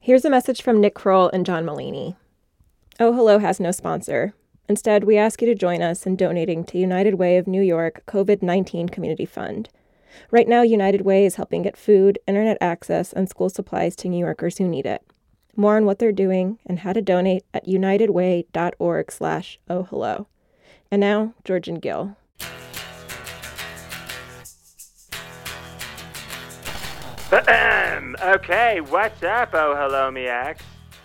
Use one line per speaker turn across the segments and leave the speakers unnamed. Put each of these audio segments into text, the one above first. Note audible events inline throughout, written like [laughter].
Here's a message from Nick Kroll and John Mullaney. Oh Hello has no sponsor. Instead, we ask you to join us in donating to United Way of New York COVID 19 Community Fund. Right now, United Way is helping get food, internet access, and school supplies to New Yorkers who need it. More on what they're doing and how to donate at unitedway.org slash ohhello. And now, Georgian Gill.
Ahem. [clears throat] okay, what's up, oh hello, Miax?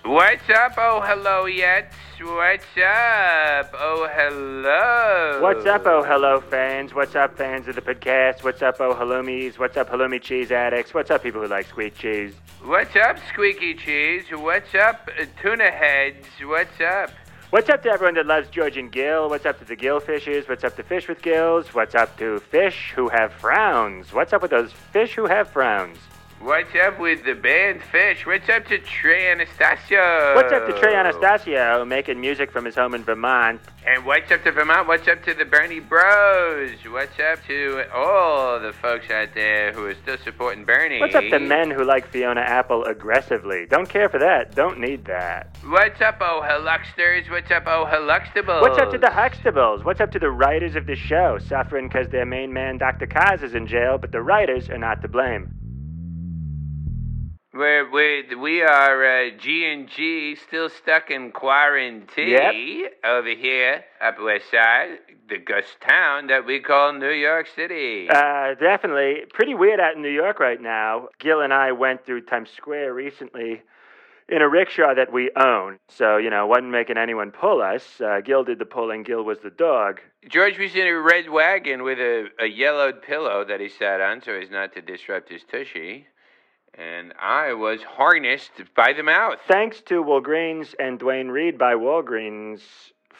What's up? Oh, hello, yet. What's up? Oh, hello.
What's up, oh hello fans? What's up, fans of the podcast? What's up, oh halloumies? What's up, halloumi cheese addicts? What's up, people who like squeak cheese?
What's up, Squeaky Cheese? What's up, uh, Tuna Heads? What's up?
What's up to everyone that loves Georgian Gill? What's up to the gill fishes? What's up to fish with gills? What's up to fish who have frowns? What's up with those fish who have frowns?
What's up with the band Fish? What's up to Trey Anastasio?
What's up to
Oh.
Trey Anastasio making music from his home in Vermont?
And what's up to Vermont? What's up to the Bernie Bros? What's up to all the folks out there who are still supporting Bernie?
What's up to men who like Fiona Apple aggressively? Don't care for that. Don't need that.
What's up, oh Heluxters? What's up, oh Heluxtables?
What's up to the Huxtables? What's up to the writers of the show suffering because their main man Dr. Kaz is in jail, but the writers are not to blame?
We're, we're, we are uh, G&G, still stuck in quarantine
Yep.
over here, Upper West Side, the ghost town that we call New York City.
Uh, definitely. Pretty weird out in New York right now. Gil and I went through Times Square recently in a rickshaw that we own. So, you know, wasn't making anyone pull us. Uh, Gil did the pulling, Gil was the dog.
George was in a red wagon with a, a yellowed pillow that he sat on so as not to disrupt his tushy. And I was harnessed by the mouth.
Thanks to Walgreens and Dwayne Reed by Walgreens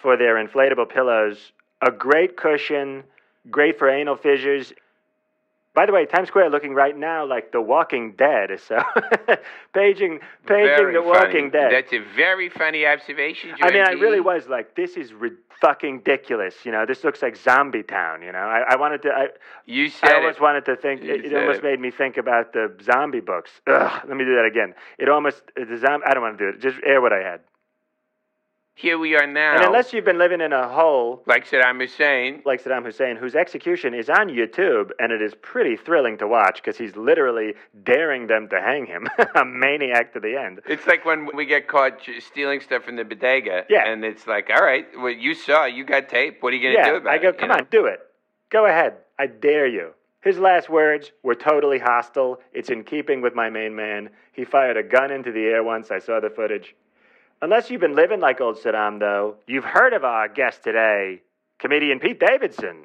for their inflatable pillows. A great cushion, great for anal fissures. By the way, Times Square looking right now like The Walking Dead. So, [laughs] paging, paging
Very
The
funny.
Walking Dead.
That's a very funny observation, George.
I mean, I really was like, this is rid fucking ridiculous. You know, this looks like Zombie Town. You know, I, I wanted to, I,
You said
I
it.
almost wanted to think.
You
It, it
said
almost
it.
made me think about the zombie books. Ugh, let me do that again. It almost the zombie. I don't want to do it. Just air what I had.
Here we are now.
And unless you've been living in a hole
like Saddam Hussein,
like Saddam Hussein, whose execution is on YouTube, and it is pretty thrilling to watch because he's literally daring them to hang him, [laughs] a maniac to the end.
It's like when we get caught ch- stealing stuff from the bodega.
Yeah.
And it's like, all right, well, you saw, you got tape. What are you going to do
Yeah,
about
I
it?
go,
you
come
know?
on, do it. Go ahead. I dare you. His last words were totally hostile. It's in keeping with my main man. He fired a gun into the air once. I saw the footage. Unless you've been living like old Saddam, though, you've heard of our guest today, comedian Pete Davidson.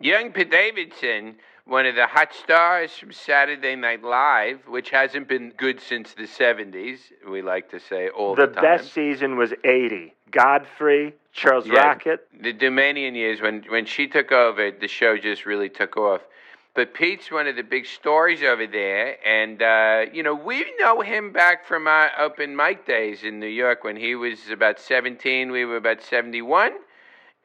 Young Pete Davidson, one of the hot stars from Saturday Night Live, which hasn't been good since the 70s, we like to say all the,
the
time.
best season was 80. Godfrey, Charles
Yeah.
Rocket.
The Dumanian years, when, when she took over, the show just really took off. But Pete's one of the big stories over there. And, uh, you know, we know him back from our open mic days in New York when he was about 17, we were about 71.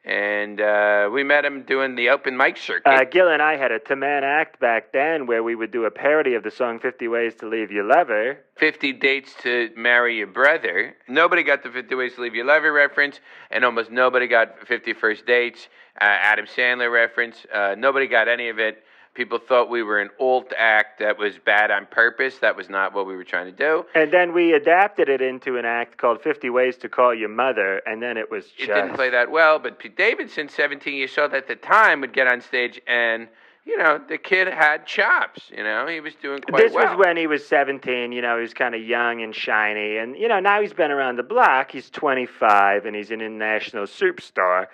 And uh, we met him doing the open mic circuit.
Uh, Gil and I had a to man act back then where we would do a parody of the song 50 Ways to Leave Your Lover.
50 dates to marry your brother. Nobody got the 50 ways to leave your lover reference, and almost nobody got 50 first dates, uh, Adam Sandler reference. Uh, nobody got any of it. People thought we were an alt act that was bad on purpose. That was not what we were trying to do.
And then we adapted it into an act called 50 Ways to Call Your Mother, and then it was
It
just.
didn't play that well, but Pete Davidson, 17 years old at the time, would get on stage and, you know, the kid had chops. You know, he was doing quite
This
well.
was when he was 17, you know, he was kind of young and shiny. And, you know, now he's been around the block. He's 25 and he's an international superstar.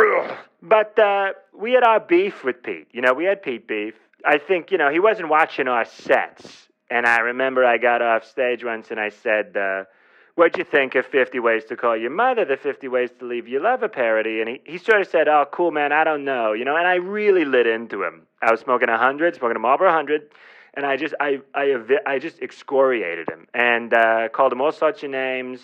Ugh. But uh, we had our beef with Pete. You know, we had Pete beef. I think, you know, he wasn't watching our sets. And I remember I got off stage once and I said, uh, What'd you think of 50 Ways to Call Your Mother, the 50 Ways to Leave Your Lover parody? And he, he sort of said, Oh, cool, man, I don't know. You know, and I really lit into him. I was smoking a 100, smoking a Marlboro 100, and I just, I, I, evi- I just excoriated him and uh, called him all sorts of names,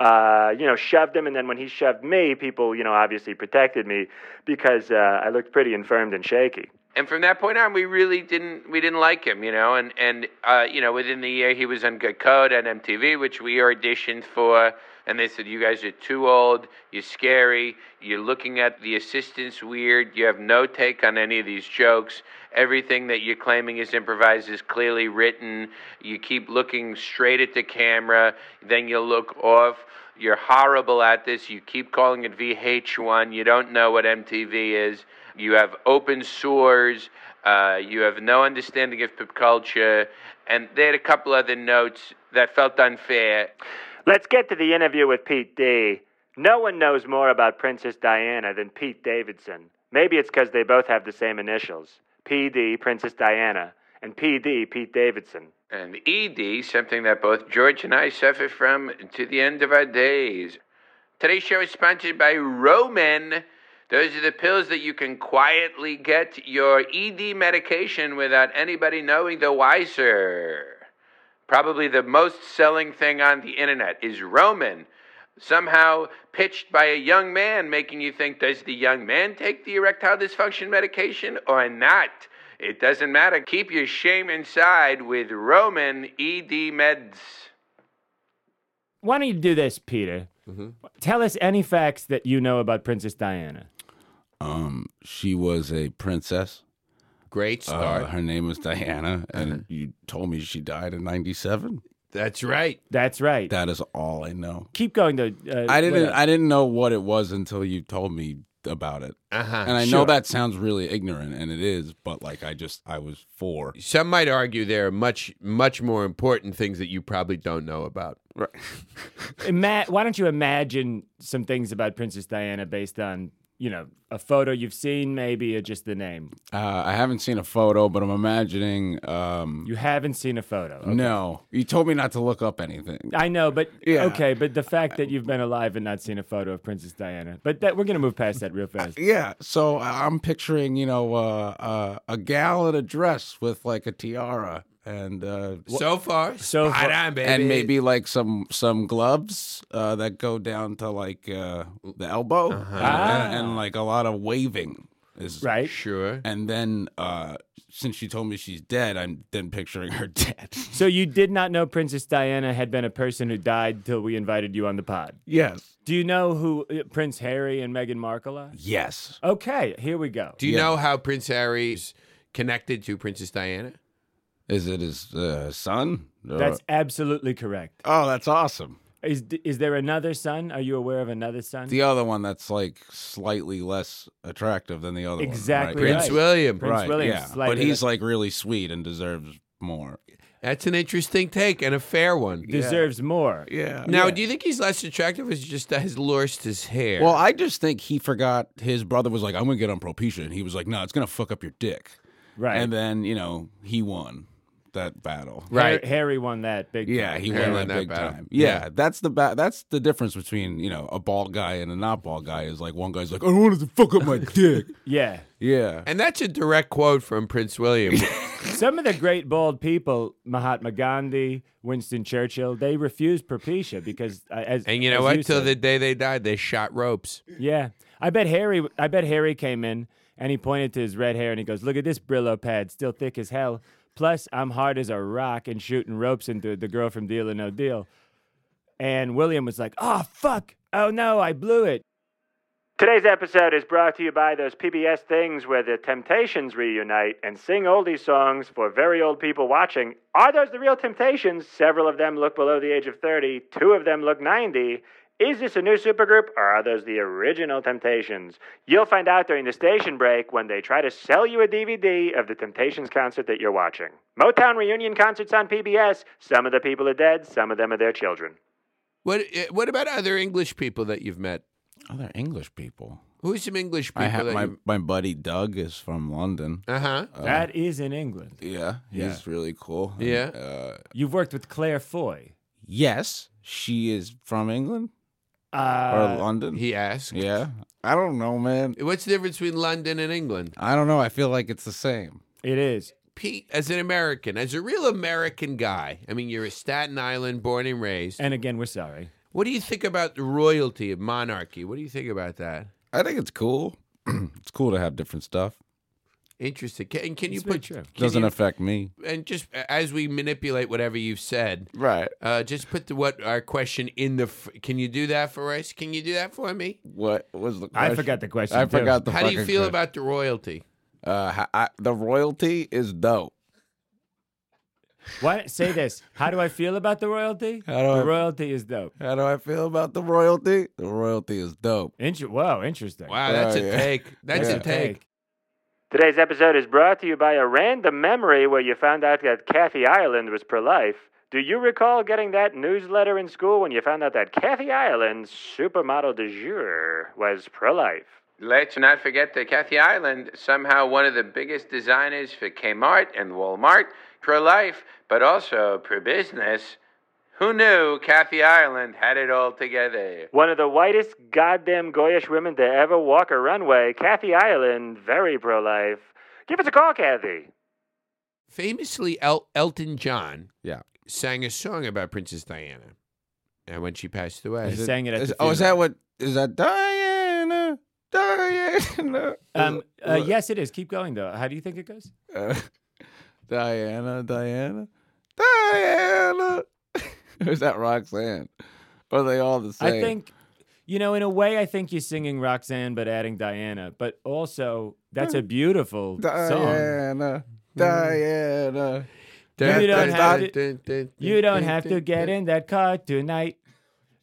uh, you know, shoved him. And then when he shoved me, people, you know, obviously protected me because uh, I looked pretty infirmed and shaky.
and from that point on, we really didn't we didn't like him, you know. And and uh, you know, within the year, he was on Good Code on MTV, which we auditioned for. And they said, "You guys are too old. You're scary. You're looking at the assistants weird. You have no take on any of these jokes. Everything that you're claiming is improvised is clearly written. You keep looking straight at the camera. Then you look off." You're horrible at this. You keep calling it VH1. You don't know what MTV is. You have open sores. Uh, you have no understanding of pop culture. And they had a couple other notes that felt unfair.
Let's get to the interview with Pete D. No one knows more about Princess Diana than Pete Davidson. Maybe it's because they both have the same initials PD, Princess Diana, and PD, Pete Davidson.
And ED, something that both George and I suffer from to the end of our days. Today's show is sponsored by Roman. Those are the pills that you can quietly get your ED medication without anybody knowing the wiser. Probably the most selling thing on the internet is Roman. Somehow pitched by a young man, making you think does the young man take the erectile dysfunction medication or not? It doesn't matter. Keep your shame inside with Roman ED meds.
Why don't you do this, Peter?
Mm-hmm.
Tell us any facts that you know about Princess Diana.
Um, she was a princess.
Great start.
Uh, her name was Diana, and you told me she died in '97.
That's right.
That's right.
That is all I know.
Keep going to. Uh,
I
what
didn't.
else?
I didn't know what it was until you told me about it.
Uh-huh,
And I
sure.
know that sounds really ignorant, and it is. But like, I just I was four.
Some might argue there are much, much more important things that you probably don't know about.
Right.
Ima- why don't you imagine some things about Princess Diana based on you know a photo you've seen, maybe or just the name.
[laughs] Uh, I haven't seen a photo, but I'm imagining. Um,
You haven't seen a photo.
No, you told me not to look up anything.
I know, but
Yeah.
okay, but the fact that you've been alive and not seen a photo of Princess Diana, but that we're gonna move past that real fast.
Yeah, so I- I'm picturing, you know, uh, uh, a gal in a dress with like a tiara and uh,
so far,
So
spot
far-
on, baby.
and maybe like some some gloves uh, that go down to like uh, the elbow and, and, like a lot of waving is
Uh-huh. Ah. Right?
sure.
And then uh, since you told me she's dead, I'm then picturing her [laughs] dead.
So you did not know Princess Diana had been a person who died till we invited you on the pod.
yes,
Do you know who uh, Prince Harry and Meghan Markle are?
yes.
Okay, here we go.
Do you
Yeah.
know how Prince Harry's connected to Princess Diana?
Is it his uh, son? Or-
That's absolutely correct.
oh, that's awesome.
Is is there another son? Are you aware of another son?
The other one that's like slightly less attractive than the other
Exactly
one.
right.
Prince William.
Prince
right,
William's
yeah.
slightly
But he's
less-
like really sweet and deserves more.
That's an interesting take and a fair one.
Deserves more.
uh, Yeah.
Now, do you think he's less attractive or is it just that he's lost his hair?
Well, I just think he forgot his brother was like, I'm gonna get on Propecia, and he was like, No, it's gonna fuck up your dick.
Right.
And then, you you know, he won that battle.
Right.
Har- Harry won that big.
Yeah, he
Harry
won
won
that
that
big
battle.
time. Yeah, that's the ba- that's the difference between you know a bald guy and a not bald guy is like one guy's like I wanted to fuck up
[laughs]
my dick.
Yeah.
Yeah,
and that's a direct quote from Prince William.
Some of the great bald people, Mahatma Gandhi, Winston Churchill, they refused Propecia because uh, as
and you know
as
what? Till
said-
the day they died, they shot ropes.
Yeah. I bet Harry I bet Harry came in and he pointed to his red hair and he goes, Look at this Brillo pad, still thick as hell. Plus I'm hard as a rock and shooting ropes into the girl from Deal or No Deal. And William was like, Oh fuck. Oh no, I blew it.
Today's episode is brought to you by those PBS things where the Temptations reunite and sing oldie songs for very old people watching. Are those the real Temptations? Several of them look below the age of 30, two of them look 90. Is this a new supergroup or are those the original Temptations? You'll find out during the station break when they try to sell you a DVD of the Temptations concert that you're watching. Motown reunion concerts on PBS. Some of the people are dead, some of them are their children.
What eh, What about other English people that you've met?
other English people.
Who's some English people?
I have
that
my
you...
my buddy Doug is from London.
Uh huh.
that is in England.
Yeah, he's
Yeah.
really cool.
Yeah.
Uh,
You've worked with Claire Foy.
yes, she is from England or
Uh,
London.
He asked.
Um, yeah, I don't know, man.
What's the difference between London and England?
I don't know. I feel like it's the same.
it is.
Pete, as an American, as a real American guy, I mean, you're a Staten Island born and raised.
And again, we're sorry.
What do you think about the royalty of monarchy? What do you think about that?
[clears throat] I think it's cool. it's cool to have different stuff.
Interesting. Can, and can you
It's very
put
true.
can
Doesn't
you-
affect me.
and just as we manipulate whatever you've said,
Right.
uh, just put the, what our question in the. F- can you do that for us? Can you do that for me?
What was the
I
question?
forgot the question,
I
too.
forgot the
How do you
fucking
feel
question.
about the royalty?
Uh, ho- I, the royalty is dope.
Why say this? How do I feel about the royalty?
[laughs] How do
the
I-
royalty is dope.
How do I feel about the royalty? The royalty is dope.
Inter- Whoa, interesting.
Wow, that's
Oh,
a
yeah.
take. That's
Yeah.
a take.
Today's episode is brought to you by a random memory where you found out that Kathy Ireland was pro life. Do you recall getting that newsletter in school when you found out that Kathy Ireland, supermodel de jour, was pro life?
Let's not forget that Kathy Ireland, somehow one of the biggest designers for Kmart and Walmart, pro life, but also pro business. Who knew Kathy Ireland had it all together?
One of the whitest goddamn Goyish women to ever walk a runway, Kathy Ireland, very pro life. Give us a call, Kathy.
Famously, El- Elton John
Yeah.
sang a song about Princess Diana, and when she passed away,
I sang it at
Is-
the
oh, is that
funeral.
what? Is that Diana? Diana.
[laughs] Um, uh, yes, it is. Keep going though. How do you think it goes?
Uh, [laughs] Diana. Diana. Diana. [laughs] is that Roxanne? Or are they all the same?
I think, you know, in a way, I think you're singing Roxanne but adding Diana. But also, that's a beautiful song.
Diana.
Mm-hmm.
Diana.
You don't have
dun,
to.
You don't have to get in that car tonight.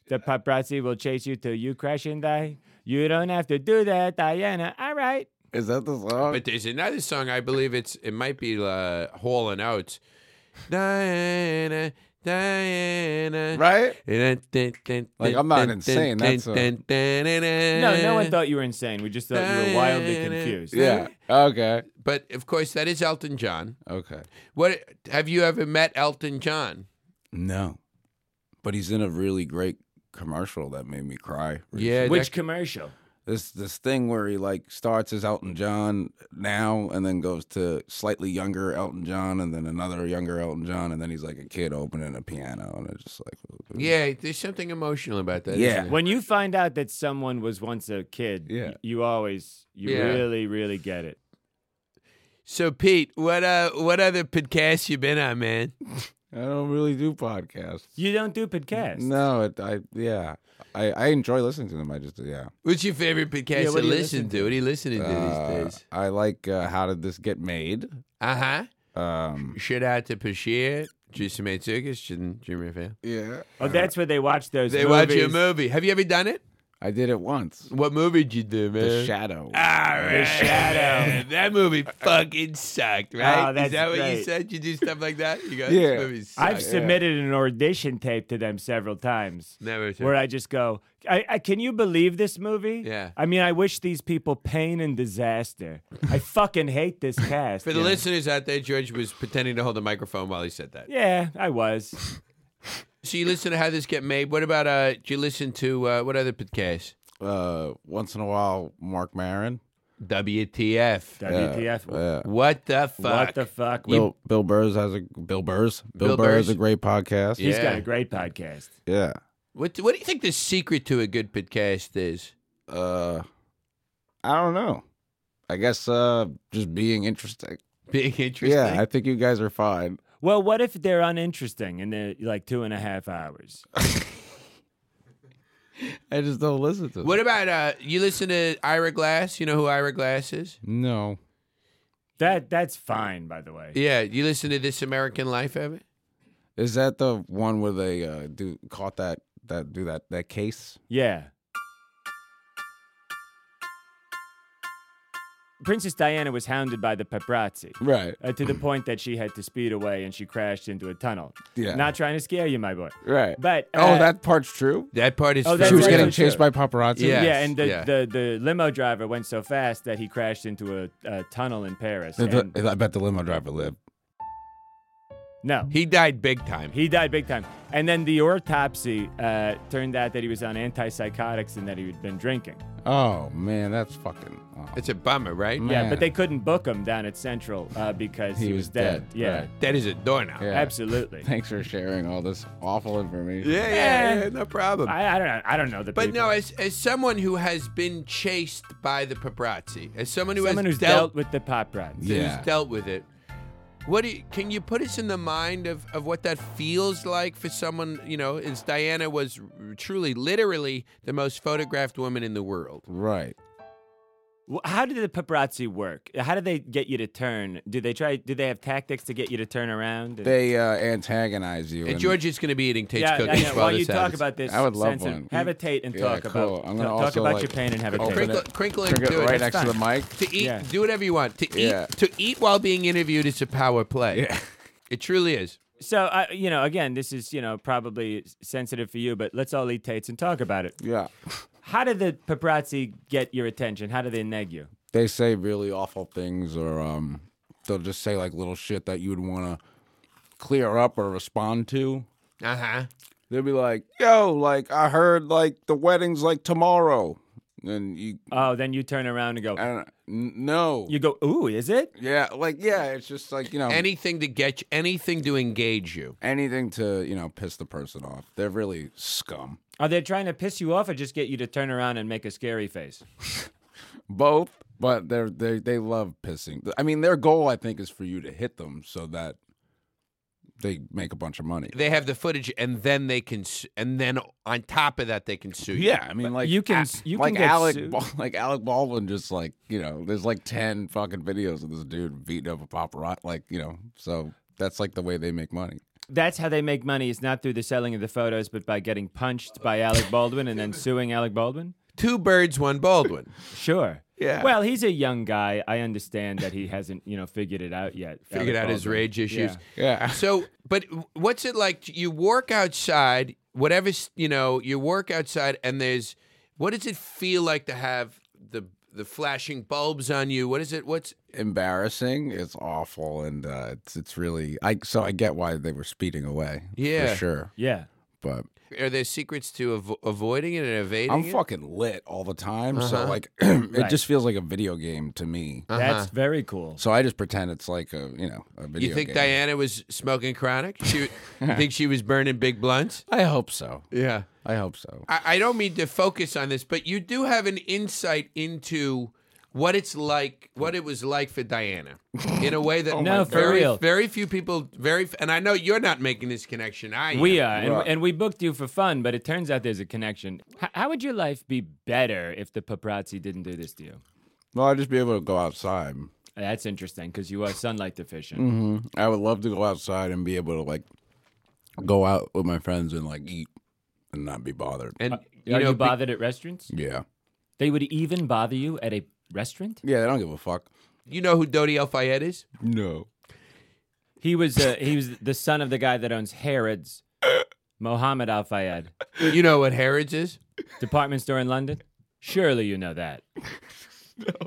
The paparazzi will chase you till you crash and die. You don't have to do that, Diana. All right.
Is that the song?
But there's another song. I believe it's it might be uh, Hall and Oates. Diana, Diana.
right?
Like
I'm not insane, that's a-
No, no
Eh.
one thought you were insane. We just thought you were wildly confused.
Yeah. Okay.
But of course, that is Elton John.
Okay.
What have you ever met Elton John?
No. But he's in a really great commercial that made me cry.
Yeah,
Which commercial?
This this thing where he like starts as Elton John now and then goes to slightly younger Elton John and then another younger Elton John and then he's like a kid opening a piano and it's just like
yeah. There's something emotional about that.
Yeah.
isn't there?
When you find out that someone was once a kid,
Yeah.
y- you always, you
Yeah.
really, really get it.
So Pete, what uh, what other podcasts you been on, man?
I don't really do podcasts.
You don't do podcasts.
No, it, I yeah. I, I enjoy listening to them. I just yeah.
What's your favorite podcast
Yeah,
to
what do you
listen
listen
to? What are you listening to
Uh,
these days?
I like uh, How Did This Get Made?
Uh huh. [laughs]
Um,
Shout out to Pashir, Jason Mantzoukas, and Jimmy Raphael.
yeah.
Oh, that's where they watch those.
They
movies.
watch your movie. Have you ever done it?
I did it once.
What movie did you do, man?
The Shadow.
The Shadow. [laughs] that movie fucking sucked, right?
Oh,
Is
that's
that what you
great.
said? You do stuff like that? You go,
Yeah.
this movie sucks.
I've submitted an audition tape to them several times,
Never
where I just go, I, "I can you believe this movie?
Yeah.
I mean, I wish these people pain and disaster.
[laughs]
I fucking hate this cast.
For the
you know?
listeners out there, George was pretending to hold the microphone while he said that.
Yeah, I was.
So you listen to How This Get Made. What about, uh, do you listen to, uh, what other podcast?
Uh, once in a while, Mark Maron.
WTF.
WTF?
Uh,
What the fuck?
what the fuck? He's
Bill Bill Burr's has a Bill Burr's Bill,
Bill
Burr
Burr's.
is a great podcast.
Yeah.
got a great podcast.
Yeah.
what, what do you think the secret to a good podcast is? [laughs]
Uh, I don't know. I guess uh, just being interesting.
Being interesting.
Yeah, I think you guys are fine.
Well, what if they're uninteresting and they're like two and a half
[laughs]
hours?
I just don't listen to.
What
them.
about uh you listen to Ira Glass? You know who Ira Glass is?
No.
That that's fine, by the way.
Yeah, you listen to This American Life ever?
Is that the one where they uh, do caught that that do that that case?
Yeah. Princess Diana was hounded by the paparazzi.
Right.
Uh,
[clears throat]
to the point that she had to speed away and she crashed into a tunnel.
Yeah.
Not trying to scare you, my boy.
right.
But
oh,
uh,
that part's true.
That part is
Oh,
true.
that's
She was
right.
getting
Yeah.
chased by paparazzi.
Yeah.
yeah, and the,
yeah.
the, the limo driver went so fast that he crashed into a, a tunnel in Paris.
The-
and
the- I bet the limo driver lived.
No.
He died big time.
He died big time. And then the autopsy uh, turned out that he was on antipsychotics and that he had been drinking.
Oh man, that's fucking. oh.
it's a bummer, right?
Yeah,
Man.
but they couldn't book him down at Central uh, because he,
He was dead,
Yeah,
right.
That is a doorknob.
Yeah.
[laughs] absolutely.
Thanks for sharing all this awful information.
Yeah, yeah, yeah, no problem.
I, I don't know. I don't know the
but
people.
no, as, as someone who has been chased by the paparazzi, as someone who
someone
has
who's dealt, with the pop rats.
Yeah.
who's dealt with it, what do you, can you put us in the mind of, of what that feels like for someone? You know, as Diana was truly, literally the most photographed woman in the world.
Right.
Well, How did the paparazzi work? How did they get you to turn? Did they try? Did they have tactics to get you to turn around? And-
They uh, antagonize you.
And George is going to be eating Tate's
yeah, yeah,
cookies
yeah.
while
While
this
you talk
happens.
about this,
I would love
sensitive-
one.
Have a Tate and
Yeah,
talk
cool.
about
I'm
ta-
gonna
talk
also,
about
like, Oh,
your pain and have a
open
Tate.
it.
crinkle, crinkle and
Drink
do
it
it.
right
That's
next to the
fine.
mic.
to eat
Yeah.
do whatever you want to eat
Yeah.
to eat while being interviewed is a power play
Yeah.
it truly is
So, I, you know, again, this is you know probably sensitive for you, but let's all eat Tates and talk about it.
Yeah.
How did the paparazzi get your attention? How did they neg you?
They say really awful things, or um, they'll just say like little shit that you would want to clear up or respond to.
uh-huh
They'll be like, "Yo, like I heard like the wedding's like tomorrow," and you,
Oh, then you turn around and go.
I don't, n- no,
You go, ooh, is it?
yeah, like yeah, it's just like you know
Um, anything to get you, anything to engage you
anything to you know piss the person off. They're really scum.
Are they trying to piss you off or just get you to turn around and make a scary face?
both but they're they they love pissing i mean their goal i think is for you to hit them so that they make a bunch of money
they have the footage and then they can s- and then on top of that they can sue you
yeah i mean like
you can-
a-
you
like
can get
alec
sued.
Bal- like alec baldwin just like you know there's like 10 fucking videos of this dude beating up a paparazzi like you know so that's like the way they make money
That's how they make money. It's not through the selling of the photos, but by getting punched by Alec Baldwin and then suing Alec Baldwin?
two birds one
[laughs]
Baldwin
Sure.
Yeah.
Well, he's a young guy. I understand that he hasn't, you know, figured it out yet.
figured
Alec
out his
Baldwin.
rage issues
yeah [laughs]
so but what's it like you work outside whatever s- you know you work outside and there's what does it feel like to have the the flashing bulbs on you what is it what's
embarrassing it's awful and uh it's it's really i so i get why they were speeding away
Yeah.
for sure
Yeah.
but
Are there secrets to avo- avoiding it and evading
I'm
it?
fucking lit all the time, so
Uh-huh.
like [clears throat] it
Right.
just feels like a video game to me.
That's very cool.
So I just pretend it's like a you know a video.
You think
game.
Diana was smoking chronic?
[laughs]
She, you think she was burning big blunts?
I hope so.
Yeah.
I hope so.
I, I don't mean to focus on this, but you do have an insight into what it's like, what it was like for Diana, in a way that
No, my for
very,
real.
very few people, very, f- and I know you're not making this connection. I am.
We are, and,
Right.
and we booked you for fun, but it turns out there's a connection. H- how would your life be better if the paparazzi didn't do this to you?
Well, I'd just be able to go outside.
That's interesting because you are sunlight deficient.
Mm-hmm.
I would love to go outside and be able to like go out with my friends and like eat and not be bothered.
and you
Uh, Are
know,
you
be-
bothered at restaurants?
Yeah,
They would even bother you at a restaurant?
yeah. They don't give a fuck.
you know who Dodi El Fayed is?
No.
He was uh, he was the son of the guy that owns Harrods, Mohammed Al Fayed,
You know what Harrods is?
department store in London. Surely you know
[laughs]
that. no.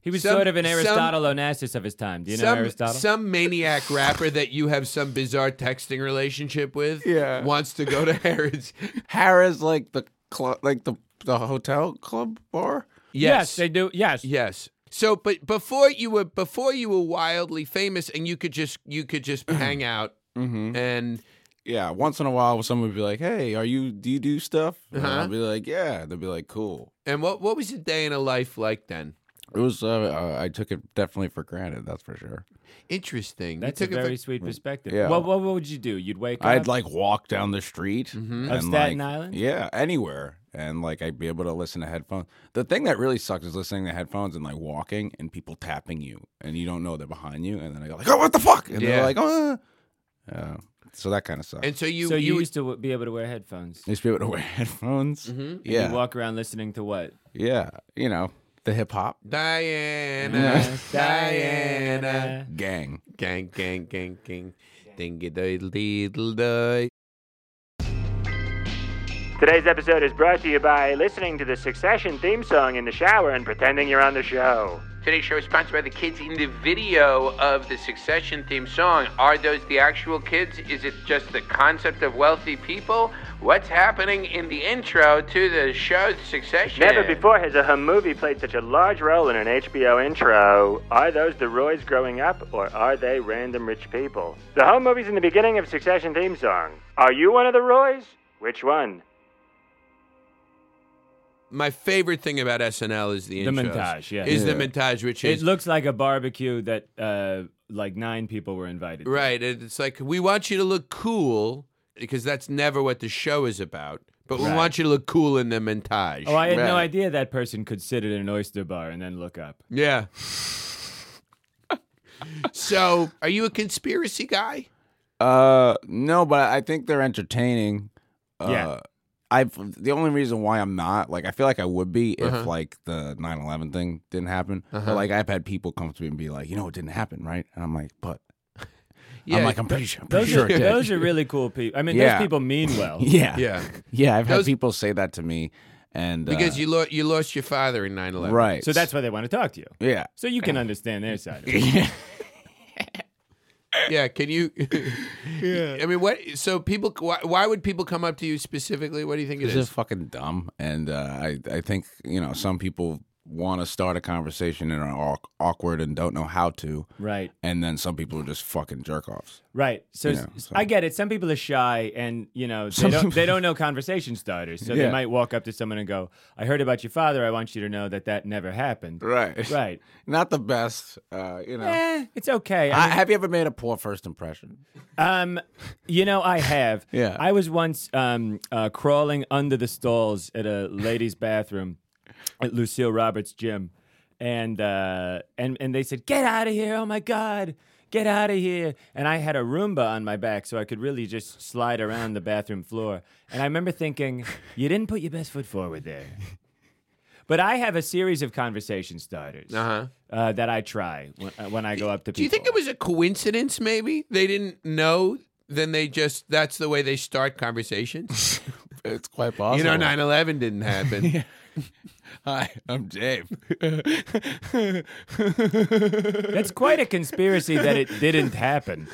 He was
Some-
sort of an
some-
Aristotle Onassis of his time. Do you know
some,
Aristotle?
Some maniac rapper that you have some bizarre texting relationship with
Yeah.
wants to go to Harrods.
Harris like the club, like the the hotel club bar.
Yes.
they do. Yes.
yes. So but before you were before you were wildly famous and you could just you could
[clears throat]
just hang out
Mm-hmm.
and
Yeah, once in a while, someone would be like, "Hey, are you? Do you do stuff?" And
Uh-huh.
I'll be like, "Yeah." They'll be like, "Cool."
and what what was a day in a life like then?
It was. Uh, uh, I took it definitely for granted. That's for sure.
Interesting. You
That's a
took it for-
very sweet perspective.
Yeah.
Well, what, what would you do? You'd wake
I'd
up.
like walk down the street and,
Of Staten
like,
Island?
Yeah, anywhere, and like I'd be able to listen to headphones. The thing that really sucks is listening to headphones and like walking and people tapping you, and you don't know they're behind you, and then I go like, "Oh, what the fuck?" And
Yeah.
they're like, "Oh." Yeah. So that kind of
[laughs]
sucks.
and so you
so you,
you,
used to w- be able to wear headphones.
These people to wear [laughs] headphones. Yeah,
Mm-hmm. You walk around listening to what?
yeah. You know the hip hop
[laughs] Diana [laughs] Diana
gang.
gang gang gang gang dingy doodle doodle doy.
Today's episode is brought to you by listening to the Succession theme song in the shower and pretending you're on the show.
Today's show is sponsored by the kids in the video of the Succession theme song. Are those the actual kids? Is it just the concept of wealthy people? What's happening in the intro to the show Succession?
Never before has a hum movie played such a large role in an HBO intro. Are those the Roys growing up, or are they random rich people? The home movie's in the beginning of Succession theme song. Are you one of the Roys? Which one?
My favorite thing about SNL is the
The
intros.
montage, yeah.
Is the montage, which
It
is
looks like a barbecue that uh, like nine people were invited. to.
right. it- It's like we want you to look cool because that's never what the show is about. But we
Right.
want you to look cool in the montage.
Oh, I had no
Right.
idea that person could sit at an oyster bar and then look up.
Yeah. [laughs] so, are you a conspiracy guy?
Uh, no, but I think they're entertaining. Uh,
Yeah.
I the only reason why I'm not like I feel like I would be if
Uh-huh.
like the 9/11 thing didn't happen.
Uh-huh.
But like I've had people come to me and be like, you know, it didn't happen, right? And I'm like, but I'm like, I'm pretty sure, I'm pretty
Those
sure
are
it did.
those are really
[laughs]
cool people. I mean,
Yeah.
those people mean well.
[laughs] yeah,
yeah.
yeah. I've
Those-
had people say that to me, and
Because
uh,
you lo- you lost your father in 9/11.
right,
So that's why they want to talk to you.
yeah.
So you
[laughs]
can understand their side. Of it.
yeah,
Yeah, can you [laughs] Yeah. I mean, what so people why, why would people come up to you specifically? What do you think it
it's
is?
just fucking dumb, and uh, I I think you know some people want to start a conversation and are awk- awkward and don't know how to.
Right.
and then some people are just fucking jerk offs.
Right. So,
You know,
s-
so-
I get it. Some people are shy and, you know, they
Some
don't
people-
they don't know conversation starters. So they
Yeah.
might walk up to someone and go, "I heard about your father. I want you to know that that never happened."
Right.
Right.
[laughs] Not the best, uh, you know.
Eh, it's okay.
I,
I
have you ever made a poor first [laughs] impression?
Um, you know, I
[laughs]
have.
Yeah.
I was once um, uh, crawling under the stalls at a ladies' bathroom at Lucille Roberts' gym, and uh, and and they said, "Get out of here! Oh my God!" Get out of here! And I had a Roomba on my back, so I could really just slide around the bathroom floor. And I remember thinking, "You didn't put your best foot forward there." But I have a series of conversation starters
Uh-huh.
uh, that I try when, uh, when I go up to people.
Do you think it was a coincidence maybe? They didn't know then they just that's the way they start
[laughs]
conversations.
It's quite possible.
You know
[laughs]
9/11 didn't happen.
Hi, I'm [laughs] Dave.
That's
[laughs]
quite a conspiracy that it didn't happen.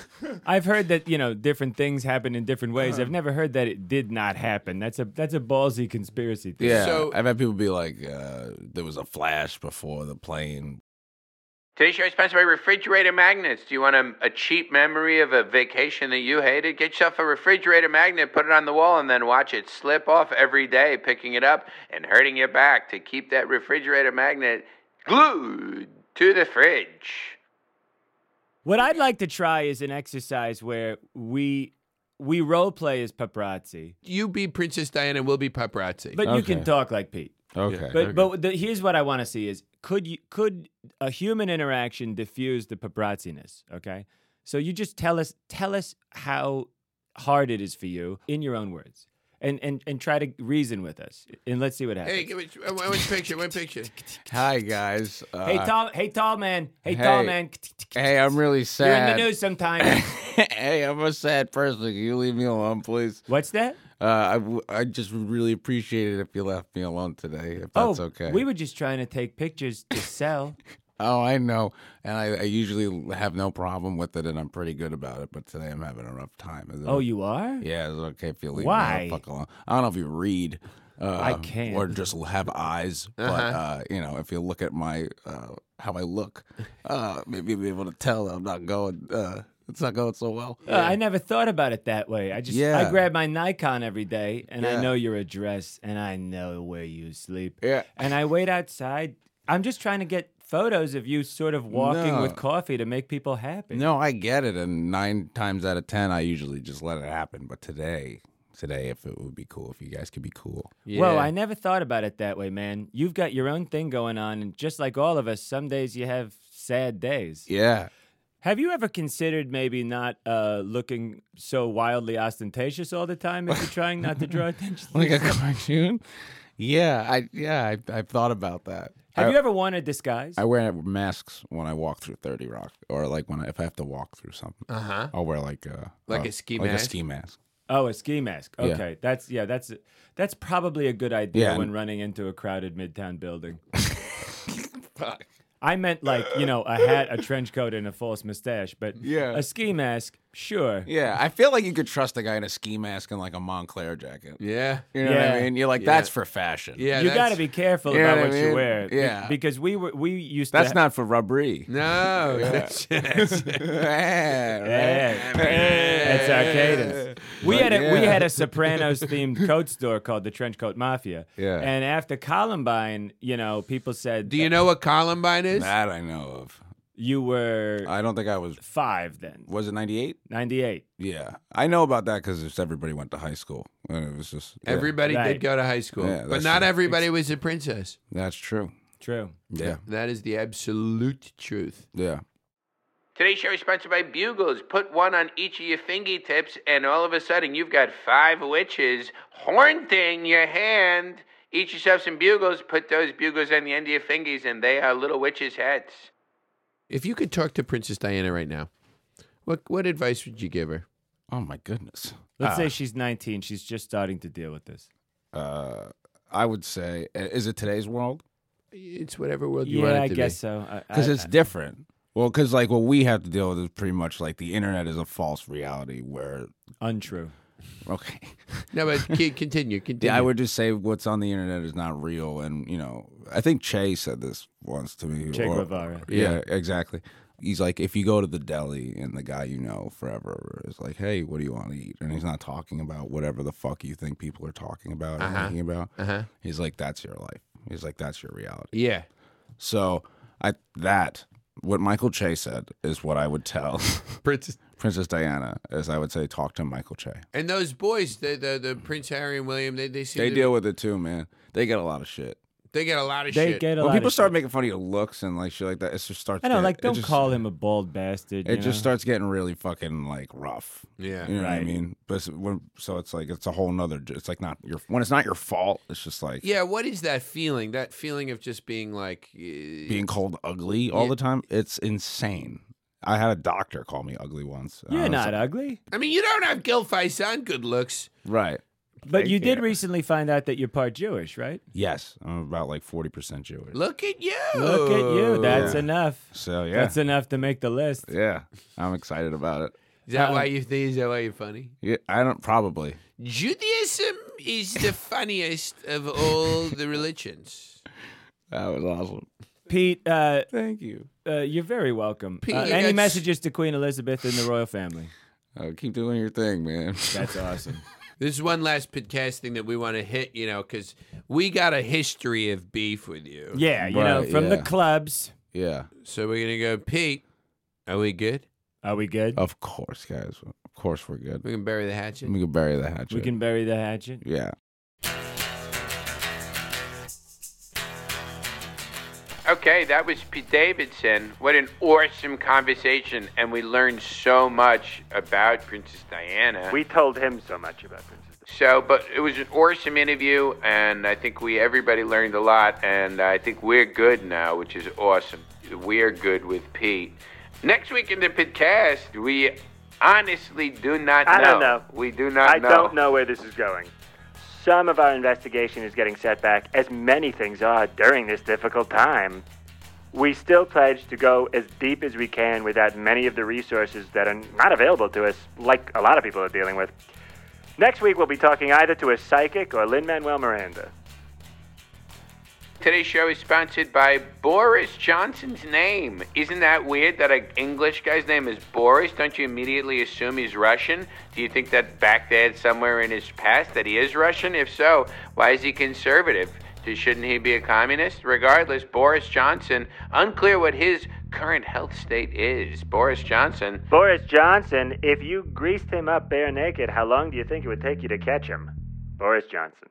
I've heard that you know different things happen in different ways.
Uh-huh.
I've never heard that it did not happen. That's a that's a ballsy conspiracy theory.
yeah,
So-
I've had people be like, uh, "There was a flash before the plane."
Today's show is sponsored by Refrigerator Magnets. Do you want a, a cheap memory of a vacation that you hated? Get yourself a refrigerator magnet, put it on the wall, and then watch it slip off every day, picking it up and hurting your back to keep that refrigerator magnet glued to the fridge.
What I'd like to try is an exercise where we we role play as paparazzi,
You be Princess Diana, we'll be paparazzi.
but you can
Okay.
talk like Pete.
Okay,
But but the, here's what I want to see is could you could a human interaction diffuse the paparazziness? Okay, so you just tell us tell us how hard it is for you in your own words, and and and try to reason with us, and let's see what happens.
hey, give me uh, one picture, one picture.
hi guys. Uh,
Hey, tall, hey tall man, hey, tall
hey.
man,
hey, I'm really
you're in the
sad.
news sometime.
[laughs] hey, I'm a sad person. Can you leave me alone, please?
What's that?
Uh, I, w- I just would really appreciate it if you left me alone today, if that's
oh,
okay.
we were just trying to take pictures to
[laughs]
sell.
Oh, I know, and I, I usually have no problem with it, and I'm pretty good about it. But today I'm having a rough time. Is it
oh, you are?
yeah, it's okay if you leave
Why?
me the fuck alone. I don't know if you read, uh,
I can't.
or just have eyes, but uh, you know, if you look at my uh, how I look, uh, maybe you'll be able to tell that I'm not going. Uh, it's not going
[laughs]
so well.
Uh, I never thought about it that way. I just I
Yeah.
grab my Nikon every day, and I
Yeah.
know your address, and I know where you sleep.
Yeah.
And I wait outside. I'm just trying to get photos of you, sort of walking
No.
with coffee to make people happy.
No, I get it, and nine times out of ten, I usually just let it happen. But today, today, if it would be cool, if you guys could be cool.
[laughs] Well, I never thought about it that way, man. You've got your own thing going on, and just like all of us, some days you have sad days.
Yeah.
Have you ever considered maybe not uh, looking so wildly ostentatious all the time if you're trying not to
[laughs]
draw attention?
like a cartoon. Yeah, I yeah, I I've thought about that.
Have
I,
you ever worn a disguise?
I wear masks when I walk through Thirty Rock, or like when I, if I have to walk through something,
Uh-huh.
I'll wear like a
Like a ski
like
mask?
a ski mask.
Oh, a ski mask.
Yeah.
Okay, that's yeah, that's that's probably a good idea
Yeah.
when running into a crowded midtown building.
Fuck.
I meant like you know
[laughs]
a hat, a trench coat, and a false mustache. But
Yeah.
a ski mask, sure.
Yeah, I feel like you could trust a guy in a ski mask and like a Moncler jacket.
Yeah.
You know what
Yeah.
I mean? You're like, that's for fashion.
Yeah.
you got to
that's-
be careful
You know
about
what I
what you
mean?
wear. be-
Yeah.
because we were we used
That's
to.
not for rubberie.
[laughs]
No. that's-
[laughs]
that's-
Yeah, right?
Yeah. That's our cadence. We had a we
yeah. [laughs]
had a Sopranos themed coat store called the Trench Coat Mafia.
Yeah.
And after Columbine, you know, people said
[laughs] Do you know what Columbine is?
That I know of.
you were
I don't think I was.
five then,
Was it 98?
ninety eight.
Yeah. I know about that because everybody went to high school. And it was just. yeah,
Everybody did
Right.
go to high school,
Yeah,
but
that's
not
true.
everybody was a princess.
That's true.
True.
Yeah.
That is the absolute truth.
Yeah.
Today's show is sponsored by Bugles. Put one on each of your fingertips, and all of a sudden, you've got five witches haunting your hand. Eat yourself some bugles, put those bugles on the end of your fingers, and they are little witches' hats.
If you could talk to Princess Diana right now, what what advice would you give her?
Oh, my goodness.
Let's
Ah.
say she's nineteen. She's just starting to deal with this.
Uh, I would say, eh, is it today's world?
It's whatever world you want
yeah,
it
I
to
guess
be.
so. I-
Because
I-
it's different. Well, because like what we have to deal with is pretty much like the internet is a false reality where,
[laughs] untrue.
okay.
No, but c- continue, continue.
[laughs] Yeah, I would just say what's on the internet is not real, and you know, I think Che said this once to me.
Che
or-
Guevara.
Yeah, exactly. He's like, if you go to the deli and the guy you know forever is like, "Hey, what do you want to eat?" and he's not talking about whatever the fuck you think people are talking about or thinking about,
Uh-huh.
he's like, "That's your life." He's like, "That's your reality."
Yeah.
So I that what Michael Che said is what I would tell [laughs]
Princess.
Princess Diana, is I would say, talk to Michael Che.
And those boys, the the, the Prince Harry and William, they they seem
They
to-
deal with it too, man. They get a lot of shit.
they get a lot of
They
shit.
get a
when
lot
people
of
start
shit.
making fun of your looks and like shit like that, it just starts.
I know,
get-
like,
it
don't
just-
call him a bald bastard.
It
you
just
know?
starts getting really fucking like rough.
yeah.
You know what I
Right.
mean? But s- when, so it's like it's a whole nother. It's like not your when it's not your fault. It's just like
Yeah, what is that feeling? That feeling of just being like uh,
being called ugly all
Yeah.
the time. It's insane. I had a doctor call me ugly once. and I
You're
was
not
oh, like-
ugly,
I mean, you don't have Gilfice on good looks.
right.
but you did
Yeah.
recently find out that you're part Jewish, right?
Yes, I'm about like forty percent Jewish.
Look at you.
Look at you. That's
Oh, Yeah.
enough.
So yeah,
That's enough to make the list.
yeah, I'm excited about it.
Is that
Um,
why you think? Is that why you're funny?
Yeah, I don't probably.
Judaism is the funniest of all the religions.
That was awesome.
Pete, uh,
Thank you.
uh, you're very welcome.
Pete,
Uh,
you
any
got-
messages to Queen Elizabeth and the royal family?
Uh, keep doing your thing, man.
That's awesome.
This is one last podcast thing that we want to hit, you know, because we got a history of beef with you.
Yeah, you know,
Right,
from the
yeah.
clubs.
[laughs] yeah.
So we're gonna go, Pete. Are we good?
Are we good?
Of course, guys. Of course, we're good.
We can bury the hatchet.
We can bury the hatchet.
we can bury the hatchet.
Yeah.
Okay, that was Pete Davidson. What an awesome conversation, and we learned so much about Princess Diana.
We told him so much about Princess. Di-
So, but it was an awesome interview, and I think we everybody learned a lot, and I think we're good now, which is awesome. We're good with Pete. Next week in the podcast, we honestly do not know.
I don't know.
We do not
I don't know where this is going. Some of our investigation is getting set back, as many things are during this difficult time. We still pledge to go as deep as we can without many of the resources that are not available to us, like a lot of people are dealing with. Next week, we'll be talking either to a psychic or Lin Manuel Miranda.
Today's show is sponsored by Boris Johnson's name. Isn't that weird that an English guy's name is Boris? Don't you immediately assume he's Russian? Do you think that back there somewhere in his past that he is Russian? If so, why is he conservative? Do- Shouldn't he be a communist? Regardless, Boris Johnson, unclear what his current health state is. Boris Johnson
Boris Johnson, if you greased him up bare naked, how long do you think it would take you to catch him? Boris Johnson.